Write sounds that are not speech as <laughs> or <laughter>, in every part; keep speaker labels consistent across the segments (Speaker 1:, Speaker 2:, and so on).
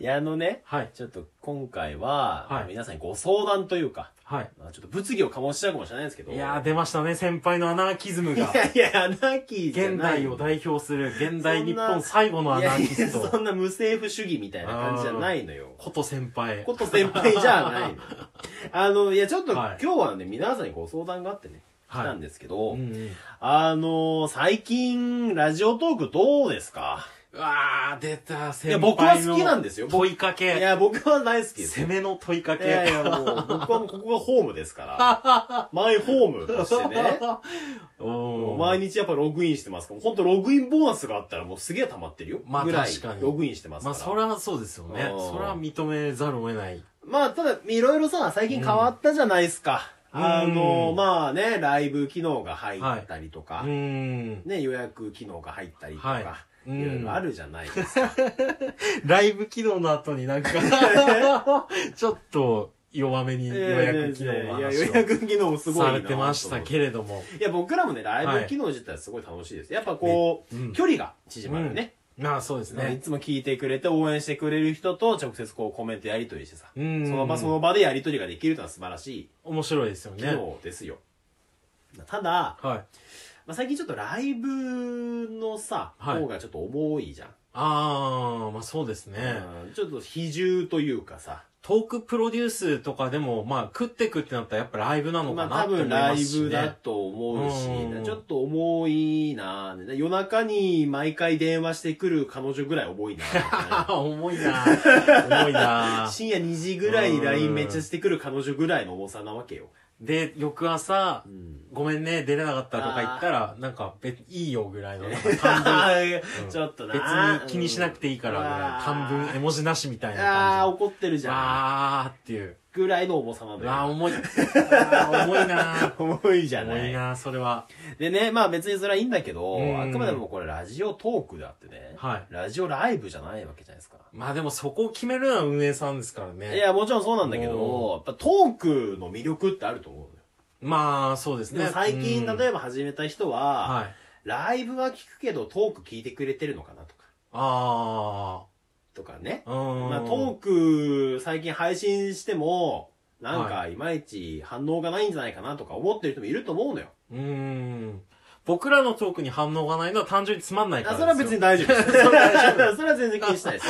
Speaker 1: いやあのね
Speaker 2: はい。
Speaker 1: ちょっと今回は、
Speaker 2: はい
Speaker 1: 皆さんにご相談というか、
Speaker 2: はい。
Speaker 1: まあ、ちょっと物議を醸しちゃうかもしれないんですけど
Speaker 2: いやー、出ましたね、先輩のアナーキズム
Speaker 1: い
Speaker 2: が。
Speaker 1: やいやアナーキーじゃ
Speaker 2: 現
Speaker 1: ない
Speaker 2: 代を代表する、現代日
Speaker 1: そんな
Speaker 2: 本最後のア
Speaker 1: い
Speaker 2: ナ
Speaker 1: や
Speaker 2: ー
Speaker 1: い
Speaker 2: キ
Speaker 1: や
Speaker 2: ス
Speaker 1: そ
Speaker 2: ト。
Speaker 1: んな無政府主義みたいな感じじゃないのよ
Speaker 2: こと先輩。
Speaker 1: こと先輩じゃ
Speaker 2: <laughs>
Speaker 1: ないのあのいやちょっと、
Speaker 2: はい
Speaker 1: 今日はね皆さんにご相談があってね来
Speaker 2: はい
Speaker 1: たんですけど、
Speaker 2: うんうん。
Speaker 1: あの最近ラジオトークどうですか
Speaker 2: うわー、出た、
Speaker 1: い
Speaker 2: 先
Speaker 1: や
Speaker 2: 輩の。
Speaker 1: 僕は好きなんですよ僕
Speaker 2: 問いか
Speaker 1: い
Speaker 2: け。
Speaker 1: や僕は大好きです
Speaker 2: 攻めの問いか
Speaker 1: いやい
Speaker 2: け。
Speaker 1: や、もう、僕はもうここがホームです
Speaker 2: <laughs>
Speaker 1: から。マイホームとしてね。も
Speaker 2: お
Speaker 1: う
Speaker 2: ー
Speaker 1: 毎日やっぱログインしてますから。ほんとログインボーナスがあったらもうすげえ溜まってるよ。
Speaker 2: まあ
Speaker 1: ぐらい
Speaker 2: 確かに
Speaker 1: ログインしてますか
Speaker 2: まあ、
Speaker 1: ら。
Speaker 2: それはそうですよね。
Speaker 1: うん
Speaker 2: それは認めざるを得ない。
Speaker 1: まあ、ただ、いろいろさ、最近変わったじゃないですか。
Speaker 2: うん
Speaker 1: あの、
Speaker 2: うん
Speaker 1: まあね、ライブ機能が入ったりと
Speaker 2: う
Speaker 1: か、
Speaker 2: ーん。
Speaker 1: ね、予約機能が入ったりと
Speaker 2: はい
Speaker 1: か、
Speaker 2: うん
Speaker 1: いろいろあるじゃないですか。
Speaker 2: ライブ起動の後になんか、ちょっと弱めに <laughs> 予約機能の
Speaker 1: いや、
Speaker 2: 話
Speaker 1: 予
Speaker 2: を
Speaker 1: 約機能もすごいな
Speaker 2: されてましたけれども。
Speaker 1: いや、僕らもね、ライブ機能自体すごい楽しいです。やっぱこう、
Speaker 2: ねうん
Speaker 1: 距離が縮まるね。
Speaker 2: まあそうです
Speaker 1: ね、い
Speaker 2: ね。
Speaker 1: つも聞いてくれて応援してくれる人と直接こうコメントやり取りしてさ、
Speaker 2: うん
Speaker 1: その場その場でやり取りができるというのは素晴らし
Speaker 2: 面白いですよ
Speaker 1: い機
Speaker 2: ね。
Speaker 1: 能ですよ。ただ、ま
Speaker 2: はい。
Speaker 1: あ、最近ちょっとライブのさ、
Speaker 2: はい
Speaker 1: 方がちょっと重いじゃん、
Speaker 2: ああ、まあそうですね。
Speaker 1: うんちょっと比重というかさ、
Speaker 2: トークプロデュースとかでも、まあ食ってくってなったらやっぱライブなの
Speaker 1: ま
Speaker 2: か
Speaker 1: あ多
Speaker 2: なって思
Speaker 1: 分
Speaker 2: い
Speaker 1: ラ
Speaker 2: ま
Speaker 1: イ
Speaker 2: すし
Speaker 1: ブだ
Speaker 2: ね。
Speaker 1: と思うし、
Speaker 2: うん
Speaker 1: ちょっと重いなぁ夜中に毎回電話してくる彼女ぐらい重いな
Speaker 2: <laughs>
Speaker 1: ぁ
Speaker 2: 重いな重いな
Speaker 1: 深夜2時ぐらいに LINE めっちゃしてくる彼女ぐらいの重さなわけよ。
Speaker 2: で、翌朝
Speaker 1: う、ん
Speaker 2: ごめんね、出れなかったとか言ったら、なんか、べ、いいよぐらいの、
Speaker 1: <laughs>
Speaker 2: なんか半分うん
Speaker 1: ちょっとな
Speaker 2: 別に気にしなくていいからぐらい、漢文、絵文字なしみたいな
Speaker 1: あー
Speaker 2: 感
Speaker 1: 怒ってる
Speaker 2: じ
Speaker 1: じ
Speaker 2: で。
Speaker 1: ゃん
Speaker 2: わーっ
Speaker 1: <laughs>
Speaker 2: ていう。
Speaker 1: ぐらいの重さなんだ
Speaker 2: わー、
Speaker 1: よ
Speaker 2: 重い。あー重いな
Speaker 1: <laughs> 重いじゃな
Speaker 2: 重い
Speaker 1: い
Speaker 2: なそれは。
Speaker 1: でねまあ別にそれはいいんだけど
Speaker 2: うん
Speaker 1: あくまでもこれラジオトークだってね
Speaker 2: はい
Speaker 1: ラジオライブじゃないわけじゃないですか
Speaker 2: まあでもそこを決めるのは運営さんですからね。
Speaker 1: いやもちろんそうなんだけどやっぱトークの魅力ってあると思うのよ
Speaker 2: まあ、そうです
Speaker 1: で
Speaker 2: ね
Speaker 1: も。最近
Speaker 2: うん
Speaker 1: 例えば始めた人は
Speaker 2: はい。
Speaker 1: ライブは聞くけどトーク聞いてくれてるのかなとか
Speaker 2: あ
Speaker 1: とかね
Speaker 2: あ。うん。
Speaker 1: まあ、トーク最近配信してもなんかいまいち反応がないんじゃないかなとか思ってる人もいると思うのよ。
Speaker 2: うん。僕らのトークに反応がないのは単純につまんないか
Speaker 1: あ
Speaker 2: ら
Speaker 1: それは別に大丈夫
Speaker 2: <laughs>
Speaker 1: です。それは全然気にしないです。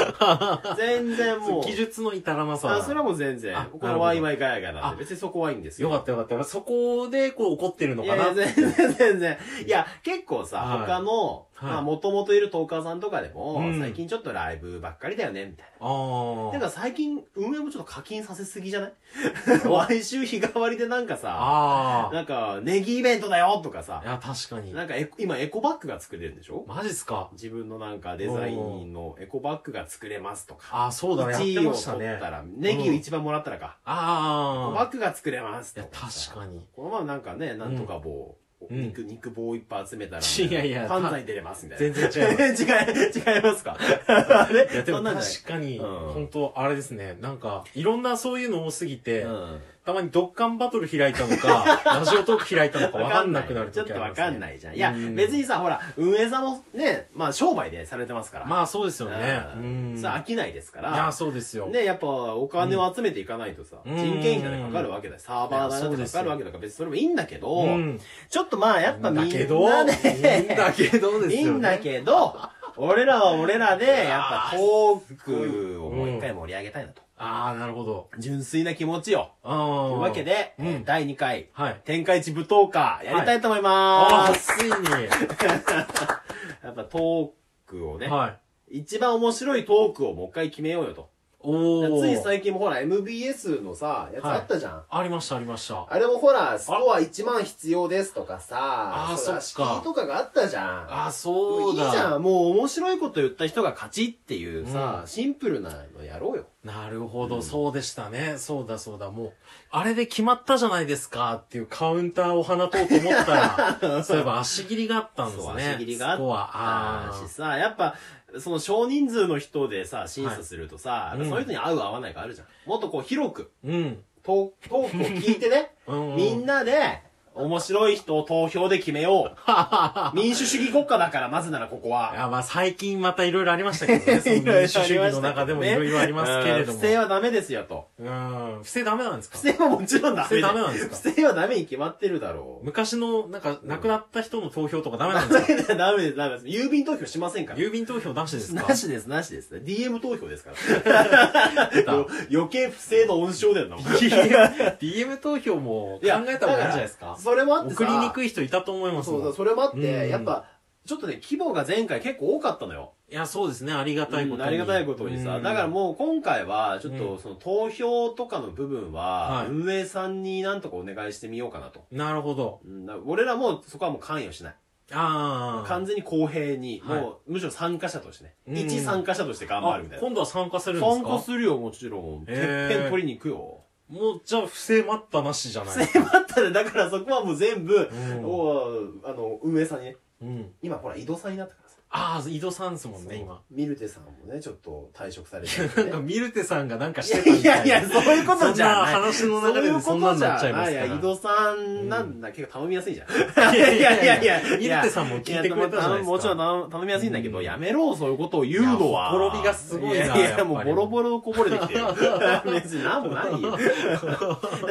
Speaker 1: 全然もう。
Speaker 2: 技術の至らなさは
Speaker 1: あそれはもう全然
Speaker 2: あ。
Speaker 1: これ
Speaker 2: なるほど
Speaker 1: ワイワイガヤガヤなん
Speaker 2: あ
Speaker 1: で、別にそこはいいんですよ。
Speaker 2: よかったよかった。そこで、こう、怒ってるの
Speaker 1: い
Speaker 2: か
Speaker 1: やい
Speaker 2: な。
Speaker 1: や、全然、全然。いや、結構さ、
Speaker 2: はい
Speaker 1: 他の、
Speaker 2: はい
Speaker 1: まあ、もともといるトーカーさんとかでも、
Speaker 2: うん
Speaker 1: 最近ちょっとライブばっかりだよね、みたいな。
Speaker 2: あ
Speaker 1: て
Speaker 2: あ。
Speaker 1: か最近、運営もちょっと課金させすぎじゃない
Speaker 2: <laughs>
Speaker 1: 毎週日替わりでなんかさ、
Speaker 2: ああ。
Speaker 1: なんか、ネギイベントだよとかさ
Speaker 2: い、や、確かに。
Speaker 1: なんかエコ今エコバッグが作れるんでしょ
Speaker 2: マジっすか。
Speaker 1: 自分のなんかデザインのエコバッグが作れますとか。
Speaker 2: ああ、そうだね。やっ
Speaker 1: 1
Speaker 2: て
Speaker 1: 位を
Speaker 2: ました
Speaker 1: 取
Speaker 2: ね
Speaker 1: っ。たら、ネギを一番もらったらか。エコ
Speaker 2: あ
Speaker 1: バッグが作れます
Speaker 2: あ。い
Speaker 1: と
Speaker 2: や、
Speaker 1: かさ。
Speaker 2: 確かに。
Speaker 1: このままなんかね、なんとか棒、
Speaker 2: うん
Speaker 1: 肉、肉棒いっぱい集めたら、
Speaker 2: いやいや
Speaker 1: 犯罪に出れますみたい
Speaker 2: 全
Speaker 1: な。
Speaker 2: 然違
Speaker 1: 全
Speaker 2: う。
Speaker 1: 然違 <laughs> い、違いますかあれ
Speaker 2: いやで
Speaker 1: そ
Speaker 2: も
Speaker 1: んなんじゃ
Speaker 2: 確かに、
Speaker 1: うん
Speaker 2: 本当あれですね、なんか、いろんなそういうの多すぎて、
Speaker 1: ないうん。
Speaker 2: たまにドッカンバトル開いた
Speaker 1: <laughs>
Speaker 2: のか、ラジオトーク開いたのかわかんなくなる
Speaker 1: ちょっと
Speaker 2: 時あり
Speaker 1: わ
Speaker 2: ますね
Speaker 1: かんないじゃん。いや
Speaker 2: う、ん
Speaker 1: 別にさ、ほら、運営さんもね、まあ商売でされてますから。
Speaker 2: まあそうですよね。う
Speaker 1: うん
Speaker 2: ん。
Speaker 1: それ飽きないですか
Speaker 2: いや、
Speaker 1: ら。
Speaker 2: そうですよ。
Speaker 1: ね、やっぱお金を集めていかないとさ、
Speaker 2: うん
Speaker 1: 人件費だってかかるわけだよ。サーバーだってかかるわけだから別にそれもいいんだけど、
Speaker 2: うん。
Speaker 1: ちょっとまあやっぱみんな
Speaker 2: だ
Speaker 1: ね、
Speaker 2: けど、いいんだけどですよ、ね。
Speaker 1: いいんだけど、俺らは俺らで、やっぱトークをもう一回盛り上げたいなと。
Speaker 2: ああ、なるほど。
Speaker 1: 純粋な気持ちよ。
Speaker 2: あ
Speaker 1: とい
Speaker 2: あ。
Speaker 1: うわけ。で、
Speaker 2: うん
Speaker 1: えー第2回、
Speaker 2: はい。
Speaker 1: 天下一舞踏家、やりたいと思い
Speaker 2: あ
Speaker 1: ま
Speaker 2: あ、
Speaker 1: す。
Speaker 2: ついに。
Speaker 1: やっぱトークをね、
Speaker 2: はい。
Speaker 1: 一番面白いトークをもう一回決めようよと。
Speaker 2: おお。
Speaker 1: つい最近もほら、MBS のさ、やつ
Speaker 2: はい
Speaker 1: あったじゃん。
Speaker 2: ありました、ありました。
Speaker 1: あれもほら、スコア1万必要ですとかさ、
Speaker 2: あー
Speaker 1: ら
Speaker 2: そっか
Speaker 1: 敷居とかがあったじゃん。
Speaker 2: ああ、そうだ。
Speaker 1: いいじゃん。もう面白いこと言った人が勝ちっていうさ、
Speaker 2: うん
Speaker 1: シンプルなのやろうよ。
Speaker 2: なるほど、そうでしたね。そうだそうだ、もう、あれで決まったじゃないですかっていうカウンターを放とうと思った
Speaker 1: <laughs>
Speaker 2: ら、そういえば足切りがあったんです
Speaker 1: そう
Speaker 2: ね。
Speaker 1: 足切りが
Speaker 2: スコア、
Speaker 1: あ
Speaker 2: あ
Speaker 1: ーしさ、やっぱ、その少人数の人でさ、審査するとさ、
Speaker 2: い
Speaker 1: やっぱそういう人に合う合わないがあるじゃん。もっとこう広く、
Speaker 2: ーうん。
Speaker 1: <laughs> トートークを聞いてね、
Speaker 2: うん、うん。
Speaker 1: みんなで、面白い人を投票で決めよう。
Speaker 2: <laughs>
Speaker 1: 民主主義国家だから、まずならここ
Speaker 2: い
Speaker 1: は。
Speaker 2: や、まあ最近またいろいろありました
Speaker 1: <laughs>
Speaker 2: けどね。その民主主義の中でもいろいろありますけれど
Speaker 1: うん不
Speaker 2: も。
Speaker 1: 正はダメですよと。
Speaker 2: うん。不正ダメなんですか
Speaker 1: 不正はもちろんダメ
Speaker 2: 不正ダメなんですか
Speaker 1: 不正はダメに決まってるだろう。
Speaker 2: 昔の、なんか、亡くなった人の投票とかダメなんです
Speaker 1: ダ
Speaker 2: か
Speaker 1: メです、ダメです、ダメです。郵便投票しませんから。
Speaker 2: 郵便投票なしですか
Speaker 1: なしです、なしです。DM 投票ですか
Speaker 2: た
Speaker 1: ら。
Speaker 2: <laughs>
Speaker 1: よ余計不正の温床だよな、もう
Speaker 2: DM DM 投票も考えた方がいいんじゃないです
Speaker 1: だら
Speaker 2: か
Speaker 1: それもあってさ
Speaker 2: 送りにくい人いたと思います
Speaker 1: そ
Speaker 2: も
Speaker 1: うだ、
Speaker 2: ん。
Speaker 1: それもあっ
Speaker 2: う
Speaker 1: て、
Speaker 2: ん
Speaker 1: やっぱ、ちょっとね、規模が前回結構多かったのよ。
Speaker 2: いや、そうですね。ありがたいことに。
Speaker 1: ありがたいことにさ、
Speaker 2: うん
Speaker 1: だからもう今回は、ちょっ
Speaker 2: う
Speaker 1: とその投票とかの部分
Speaker 2: は
Speaker 1: は、
Speaker 2: い
Speaker 1: 運営さんになんとかお願いしてみようかなと。
Speaker 2: なるほど。
Speaker 1: うんだから俺らもそこはもう関与しない。
Speaker 2: ああ。
Speaker 1: 完全に公平に、
Speaker 2: はい
Speaker 1: もうむしろ参加者としてね。
Speaker 2: うん
Speaker 1: 一参加者として頑張るみたい
Speaker 2: あ
Speaker 1: な。
Speaker 2: 今度は参加するんです
Speaker 1: 参
Speaker 2: か
Speaker 1: 加するよ、もちろん。てっ
Speaker 2: へー
Speaker 1: ぺん取りに行くよ。
Speaker 2: もう、じゃあ、不正待ったなしじゃない
Speaker 1: 迫ったね。だからそこはもう全部、
Speaker 2: うん
Speaker 1: おあの、運営さんにね。
Speaker 2: うん。
Speaker 1: 今ほら、井戸さんになったからさ。
Speaker 2: ああ、井戸さんですもんね、今。
Speaker 1: ミルテさんもね、ちょっと退職されて、
Speaker 2: なんか、
Speaker 1: ね。
Speaker 2: ミルテさんがなんか
Speaker 1: い
Speaker 2: して
Speaker 1: <laughs>
Speaker 2: た
Speaker 1: や
Speaker 2: み
Speaker 1: い
Speaker 2: た
Speaker 1: や
Speaker 2: い
Speaker 1: いや、そういうことじゃない。
Speaker 2: そんな
Speaker 1: そ
Speaker 2: 話の流
Speaker 1: うい
Speaker 2: れ
Speaker 1: う
Speaker 2: でそ
Speaker 1: こ
Speaker 2: んな
Speaker 1: と
Speaker 2: に
Speaker 1: じ
Speaker 2: なっちゃ
Speaker 1: ゃ
Speaker 2: いま
Speaker 1: ない。
Speaker 2: す
Speaker 1: い
Speaker 2: か
Speaker 1: や、
Speaker 2: ら。
Speaker 1: 井戸さんなんだ、結構頼みやすいじゃん。
Speaker 2: い
Speaker 1: い
Speaker 2: や
Speaker 1: や
Speaker 2: い
Speaker 1: い
Speaker 2: や
Speaker 1: や
Speaker 2: い
Speaker 1: い
Speaker 2: や
Speaker 1: や
Speaker 2: い
Speaker 1: い
Speaker 2: や
Speaker 1: や。
Speaker 2: ミルテさんも聞いてくれたじゃないですか
Speaker 1: もちろん頼頼みやすいんだけど、
Speaker 2: うん
Speaker 1: やめろ、そういうことを言うのは。
Speaker 2: いやほころびがすごいない
Speaker 1: やいや、も
Speaker 2: やっ
Speaker 1: う
Speaker 2: ぱり
Speaker 1: ボロボロこぼれてきてる。 <laughs> 別になんもない <laughs> よ。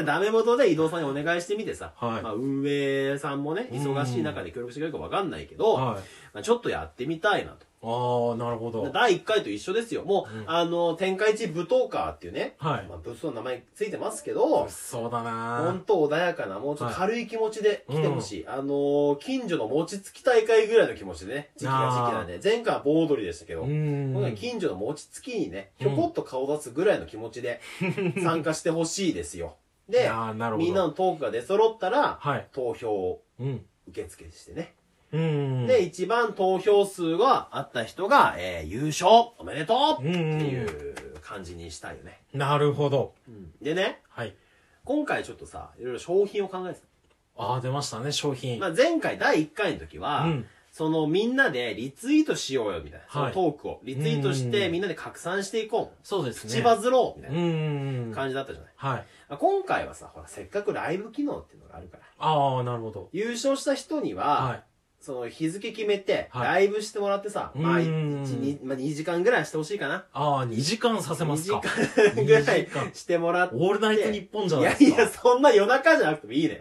Speaker 1: ダメ元で移動さんにお願いしてみてさ、
Speaker 2: はい
Speaker 1: まあ運営さんもね、忙しい中で協力してくれるかわかんないけど、
Speaker 2: はい。
Speaker 1: まあ、ちょっとやってみたいなと。
Speaker 2: ああ、なるほど。
Speaker 1: 第1回と一緒ですよ。もう、
Speaker 2: うん
Speaker 1: あの、天下一舞踏家っていうね、
Speaker 2: はい
Speaker 1: まあ、物騒の名前ついてますけど、
Speaker 2: そうだ
Speaker 1: 本
Speaker 2: な
Speaker 1: 当穏やかな、もうちょっと軽い気持ちで来てほしい。あのー近所の餅つき大会ぐらいの気持ちでね、時期が時期なんで、前回は盆踊りでしたけど、
Speaker 2: う
Speaker 1: 今
Speaker 2: ん。
Speaker 1: 回近所の餅つきにね、ひょこっと顔出すぐらいの気持ちで参加してほしいですよ。で、
Speaker 2: ああ、なるほど。
Speaker 1: みんなのトークが出揃ったら、
Speaker 2: はい。
Speaker 1: 投票を
Speaker 2: うん。
Speaker 1: 受付してね。
Speaker 2: うん。
Speaker 1: で、、一番投票数があった人が、えー優勝おめでとう
Speaker 2: う
Speaker 1: って
Speaker 2: ん。
Speaker 1: いう感じにしたいよね。
Speaker 2: なるほど。
Speaker 1: でね、
Speaker 2: はい。
Speaker 1: 今回ちょっとさ、いろいろ商品を考えてた。
Speaker 2: ああ、出ましたね、商品。
Speaker 1: まあ、前回第1回の時は、
Speaker 2: うん
Speaker 1: そのみんなでリツイートしようよみたいな、
Speaker 2: はい
Speaker 1: そのトークを。リツイートし
Speaker 2: う
Speaker 1: て
Speaker 2: ん
Speaker 1: みんなで拡散していこ
Speaker 2: そうで
Speaker 1: う。
Speaker 2: すね。
Speaker 1: 口バズろうみた
Speaker 2: う。
Speaker 1: いなん
Speaker 2: はい。
Speaker 1: 感じだったじゃない。
Speaker 2: あ
Speaker 1: 今回はさ、ほら、せっかくライブ機能っていうのがあるから。
Speaker 2: あ、なるほど。
Speaker 1: 優勝した人には、
Speaker 2: はい。
Speaker 1: その日付決めて、
Speaker 2: はい
Speaker 1: ライブしてもらってさ、まあ、
Speaker 2: うん
Speaker 1: 一日まあ、2時間ぐらいしてほしいか
Speaker 2: <laughs>
Speaker 1: な。
Speaker 2: ああ、2時間させますか。
Speaker 1: 2時間ぐらい
Speaker 2: 2時間
Speaker 1: してもらって。
Speaker 2: オールナイト日本じゃない
Speaker 1: い
Speaker 2: です
Speaker 1: や
Speaker 2: か。
Speaker 1: いや、そんな夜中じゃなくてもいいのよ。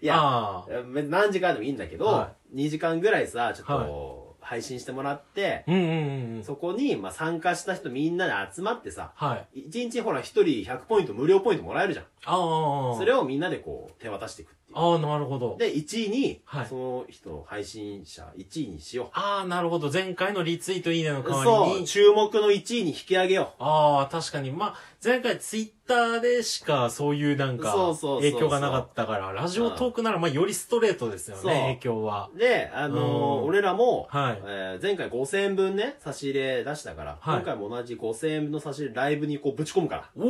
Speaker 1: いや、
Speaker 2: ああ。
Speaker 1: 何時間でもいいんだけど、
Speaker 2: は
Speaker 1: 2時間ぐらいさ、ちょっと、配信してもらって、
Speaker 2: うんうんうん。
Speaker 1: そこに、まあ、参加した人みんなで集まってさ、
Speaker 2: はい。
Speaker 1: 1日ほら1人100ポイント無料ポイントもらえるじゃん。
Speaker 2: ああ。
Speaker 1: それをみんなでこう手渡していくっていう。
Speaker 2: ああ、なるほど。
Speaker 1: で、1位に、
Speaker 2: はい
Speaker 1: その人の配信者1位にしよ
Speaker 2: ああ、なるほど。前回のリツイートいいねの
Speaker 1: う。
Speaker 2: 代わ
Speaker 1: そ
Speaker 2: り
Speaker 1: う、
Speaker 2: に。
Speaker 1: 注目の1位に引き上げよ
Speaker 2: ああ、確かに。まあ、前回ツイッターでしかそういうなんか
Speaker 1: そうそうそうそ
Speaker 2: 影
Speaker 1: う
Speaker 2: 響がなかったから、ラジオトークならまあよりストレートですよね、
Speaker 1: そう
Speaker 2: 影響は。
Speaker 1: う。で、あのー
Speaker 2: うん
Speaker 1: 俺らも、
Speaker 2: はい
Speaker 1: えー前回5000円分ね、差し入れ出したから、
Speaker 2: はい
Speaker 1: 今回も同じ5000円分の差し入れライブにこうぶち込むから、
Speaker 2: お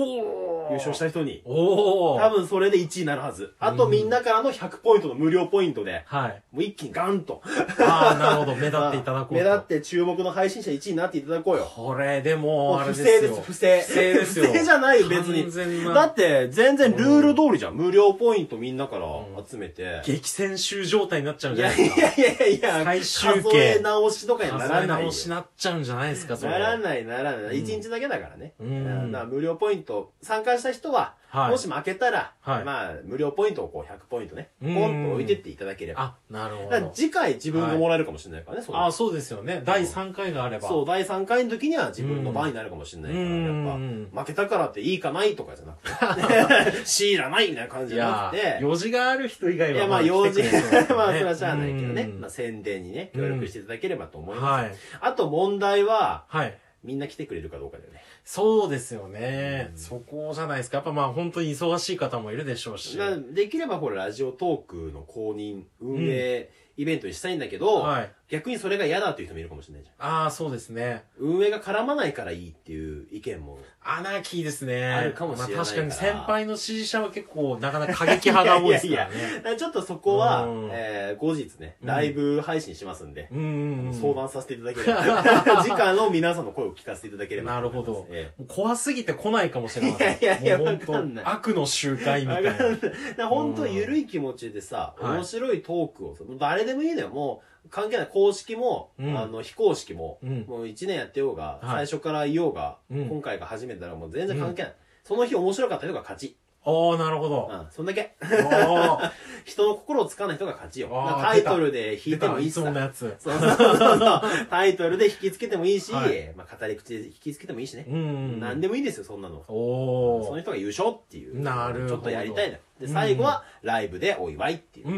Speaker 2: お
Speaker 1: 優勝した人に。
Speaker 2: おお
Speaker 1: 多分それで1位になるはず。あとみんなからの100ポイントの無料ポイントで、
Speaker 2: はい。
Speaker 1: もう一気にガンと。
Speaker 2: ああ、なるほど。目立っていただこうと。
Speaker 1: <laughs> 目立って注目の配信者1位になっていただこうよ。
Speaker 2: これ、でも、あれ
Speaker 1: 不
Speaker 2: です
Speaker 1: 正で
Speaker 2: よ。
Speaker 1: す、不正。
Speaker 2: 不正ですよ
Speaker 1: 不正じゃないよ、別
Speaker 2: 完
Speaker 1: に。
Speaker 2: 全な
Speaker 1: だって、全然ルール通りじゃん。無料ポイントみんなから集めて。
Speaker 2: 激戦州状態になっちゃうん
Speaker 1: い
Speaker 2: じゃな
Speaker 1: や
Speaker 2: い
Speaker 1: い
Speaker 2: ですか。
Speaker 1: やいやいや、
Speaker 2: 最終形
Speaker 1: 数え直しとかにな
Speaker 2: 数
Speaker 1: ら
Speaker 2: え
Speaker 1: ないよ
Speaker 2: 直。しなっちゃうんじゃないですか、それ。
Speaker 1: ならない、ならない。1日だけだからね。
Speaker 2: うん
Speaker 1: だから無料ポイント、参加した人は、
Speaker 2: はい
Speaker 1: もし負けたら、
Speaker 2: はい
Speaker 1: まあ、無料ポイントをこう100ポイントね、
Speaker 2: うん
Speaker 1: ポンと置いてっていただければ。
Speaker 2: あ、なるほ
Speaker 1: だから
Speaker 2: ど。
Speaker 1: 次回自分がもらえるかもしれないからね、その
Speaker 2: ああ、そうですよね。第3回があれば。
Speaker 1: そう、第3回の時には自分の番になるかもしれないから、
Speaker 2: うん
Speaker 1: やっぱ、負けたからっていいかないとかじゃなく <laughs> て、知らないみたいな感じ
Speaker 2: い
Speaker 1: じゃな
Speaker 2: や
Speaker 1: くて、
Speaker 2: 用事がある人以外
Speaker 1: い
Speaker 2: は。
Speaker 1: や、まあ、用事、
Speaker 2: 来て
Speaker 1: ま
Speaker 2: くれる <laughs> から
Speaker 1: あ、
Speaker 2: ね
Speaker 1: それはしゃあないけどね、
Speaker 2: うん
Speaker 1: まあ、宣伝にね、協力していただければと思います。
Speaker 2: はい。
Speaker 1: あと問題は、
Speaker 2: はい。
Speaker 1: みんな来てくれるかどうかだよね。
Speaker 2: そうですよね。そこじゃないですか。やっぱまあ本当に忙しい方もいるでしょうし。
Speaker 1: なできれば、これ、ラジオトークの公認、運営イベントにしたいんだけど、
Speaker 2: はい
Speaker 1: 逆にそれが嫌だっていう人もいるかもしれないじゃん。
Speaker 2: ああ、そうですね。
Speaker 1: 運営が絡まないからいいっていう意見も。
Speaker 2: アナーキーですね。
Speaker 1: あるかもしれないから
Speaker 2: まあ、確かに先輩の支持者は結構、なかなか過激派が多いですから
Speaker 1: <laughs>
Speaker 2: ね。
Speaker 1: いやいやいやちょっとそこは
Speaker 2: うん、
Speaker 1: えー後日ね、
Speaker 2: うん
Speaker 1: ライブ配信しますんで、
Speaker 2: うんうんうん。
Speaker 1: 相談させていただければ、 <laughs> 直の皆さんの声を聞かせていただければ。
Speaker 2: なるほど。
Speaker 1: え
Speaker 2: もう怖すぎて来ないかもしれません。
Speaker 1: いやいやいや
Speaker 2: もう本当
Speaker 1: わかんない
Speaker 2: 悪の集会みたいな。
Speaker 1: え、だ <laughs> 本当ゆるい気持ちでさ、
Speaker 2: うんはい
Speaker 1: 面白いトークをさ、誰でもいいのよ。もう、関係ない。公式も、
Speaker 2: うん
Speaker 1: あの、非公式も、
Speaker 2: うん。
Speaker 1: もう1年やってようが、
Speaker 2: はい
Speaker 1: 最初からいようが、
Speaker 2: うん
Speaker 1: 今回が初めてだからもう全然関係ない。その日面白かった人が勝ち。
Speaker 2: おー、なるほ
Speaker 1: う
Speaker 2: ど。
Speaker 1: ん、そんだけ。
Speaker 2: おー、
Speaker 1: 人の心をつかない人が勝ちよ。
Speaker 2: あー
Speaker 1: タイトルで引
Speaker 2: 出
Speaker 1: いて
Speaker 2: た
Speaker 1: もいい
Speaker 2: い
Speaker 1: し
Speaker 2: つも
Speaker 1: さ
Speaker 2: の。やつ。
Speaker 1: そうそうそうそう。タイトルで引きつけてもいいし、
Speaker 2: はい
Speaker 1: まあ、語り口で引きつけてもいいしね。
Speaker 2: うんうん。
Speaker 1: 何でもいいんですよ、そんなの。
Speaker 2: お
Speaker 1: その
Speaker 2: ー。
Speaker 1: 人が優勝っていう。
Speaker 2: なるほど
Speaker 1: ちょっとやりたいな。で、
Speaker 2: うん
Speaker 1: 最後はライブでお祝いっていう。
Speaker 2: うんう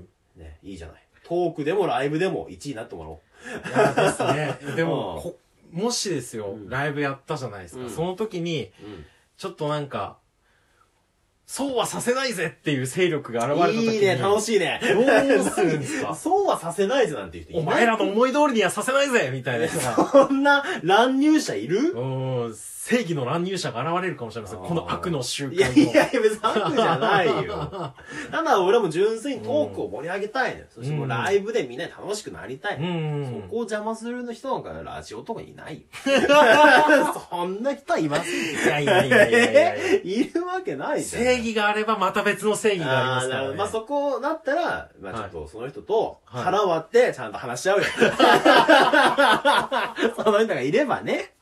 Speaker 2: ん
Speaker 1: ね、いいじゃない。トークでもライブでも1位になってもらおう。
Speaker 2: うん。いや、ですね。で
Speaker 1: うん <laughs>
Speaker 2: も、こもしですよ、
Speaker 1: ん
Speaker 2: ライブやったじゃないですか。
Speaker 1: うん
Speaker 2: その時に、
Speaker 1: うん
Speaker 2: ちょっとなんか、そうはさせないぜっていう勢力が現れた時に。
Speaker 1: いいね、楽しいね。
Speaker 2: どうするんです
Speaker 1: <laughs>
Speaker 2: か
Speaker 1: そうはさせないぜなんていう人いな
Speaker 2: お
Speaker 1: い
Speaker 2: 前らの思い通りにはさせないぜみたいな人が。
Speaker 1: そんな乱入者いうる
Speaker 2: ーん、正義の乱入者が現れるかもしれません。
Speaker 1: あー
Speaker 2: この悪の習慣
Speaker 1: いや
Speaker 2: の。
Speaker 1: いやいや、別に悪じゃない
Speaker 2: <laughs>
Speaker 1: よ。ただ俺も純粋にトークを盛り上げたいのよ。そしてもううんライブでみんなに楽しくなりたいの
Speaker 2: う
Speaker 1: よ。
Speaker 2: んう
Speaker 1: そ
Speaker 2: ん。
Speaker 1: こを邪魔する人なんかラジオとかい
Speaker 2: <laughs>
Speaker 1: ないよ。そんな人はいませんよ。
Speaker 2: いやいやいやいやいやいや。
Speaker 1: えいるわけないじゃん。
Speaker 2: 正義があればまた別の正義があり
Speaker 1: あ
Speaker 2: ま
Speaker 1: あー、なるほ
Speaker 2: すから、ね。
Speaker 1: ど。まあ、そこだったら、まあ、ちょっとその人と
Speaker 2: はい
Speaker 1: 腹割ってちゃんと話
Speaker 2: <laughs>
Speaker 1: し合うよ。その人がいればね。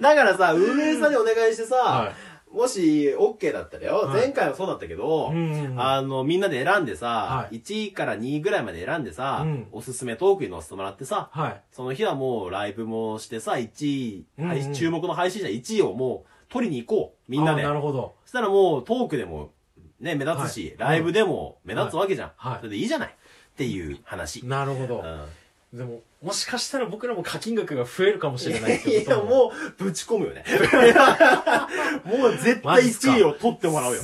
Speaker 1: だからさ、運営さんにお願いしてさ、
Speaker 2: は
Speaker 1: もし OK だったらよ、
Speaker 2: はい
Speaker 1: 前回もそうだったけど、
Speaker 2: うん
Speaker 1: あの、みんなで選んでさ、
Speaker 2: はい
Speaker 1: 1位から2位ぐらいまで選んでさ、
Speaker 2: うん
Speaker 1: おすすめトークに載せてもらってさ、
Speaker 2: はい。
Speaker 1: その日はもうライブもしてさ、1位、
Speaker 2: うんうん
Speaker 1: 配信注目の配信者1位をもう取りに行こう。みんなで。
Speaker 2: あーなるほど。
Speaker 1: そしたらもうトークでもね、目立つし、
Speaker 2: はい
Speaker 1: ライブでも目立つわけじゃん。
Speaker 2: はいはい
Speaker 1: それでいいじゃないっていう話。うん
Speaker 2: なるほど。でも、もしかしたら僕らも課金額が増えるかもしれないっ
Speaker 1: い
Speaker 2: てこと
Speaker 1: や、もう、ぶち込むよね。
Speaker 2: <laughs>
Speaker 1: もう絶対1位を取ってもらうよ。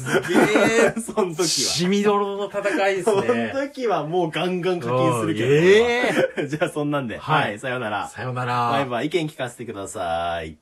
Speaker 2: え
Speaker 1: その時は。
Speaker 2: しみどろの戦いで
Speaker 1: そ
Speaker 2: す
Speaker 1: の
Speaker 2: ね。
Speaker 1: 時はもうガンガン課金するけど。
Speaker 2: ええ
Speaker 1: <laughs> じゃあそんなんで。
Speaker 2: は
Speaker 1: は
Speaker 2: い
Speaker 1: い、さようなら。
Speaker 2: さよなら。
Speaker 1: バイバイ、意見聞かせてください。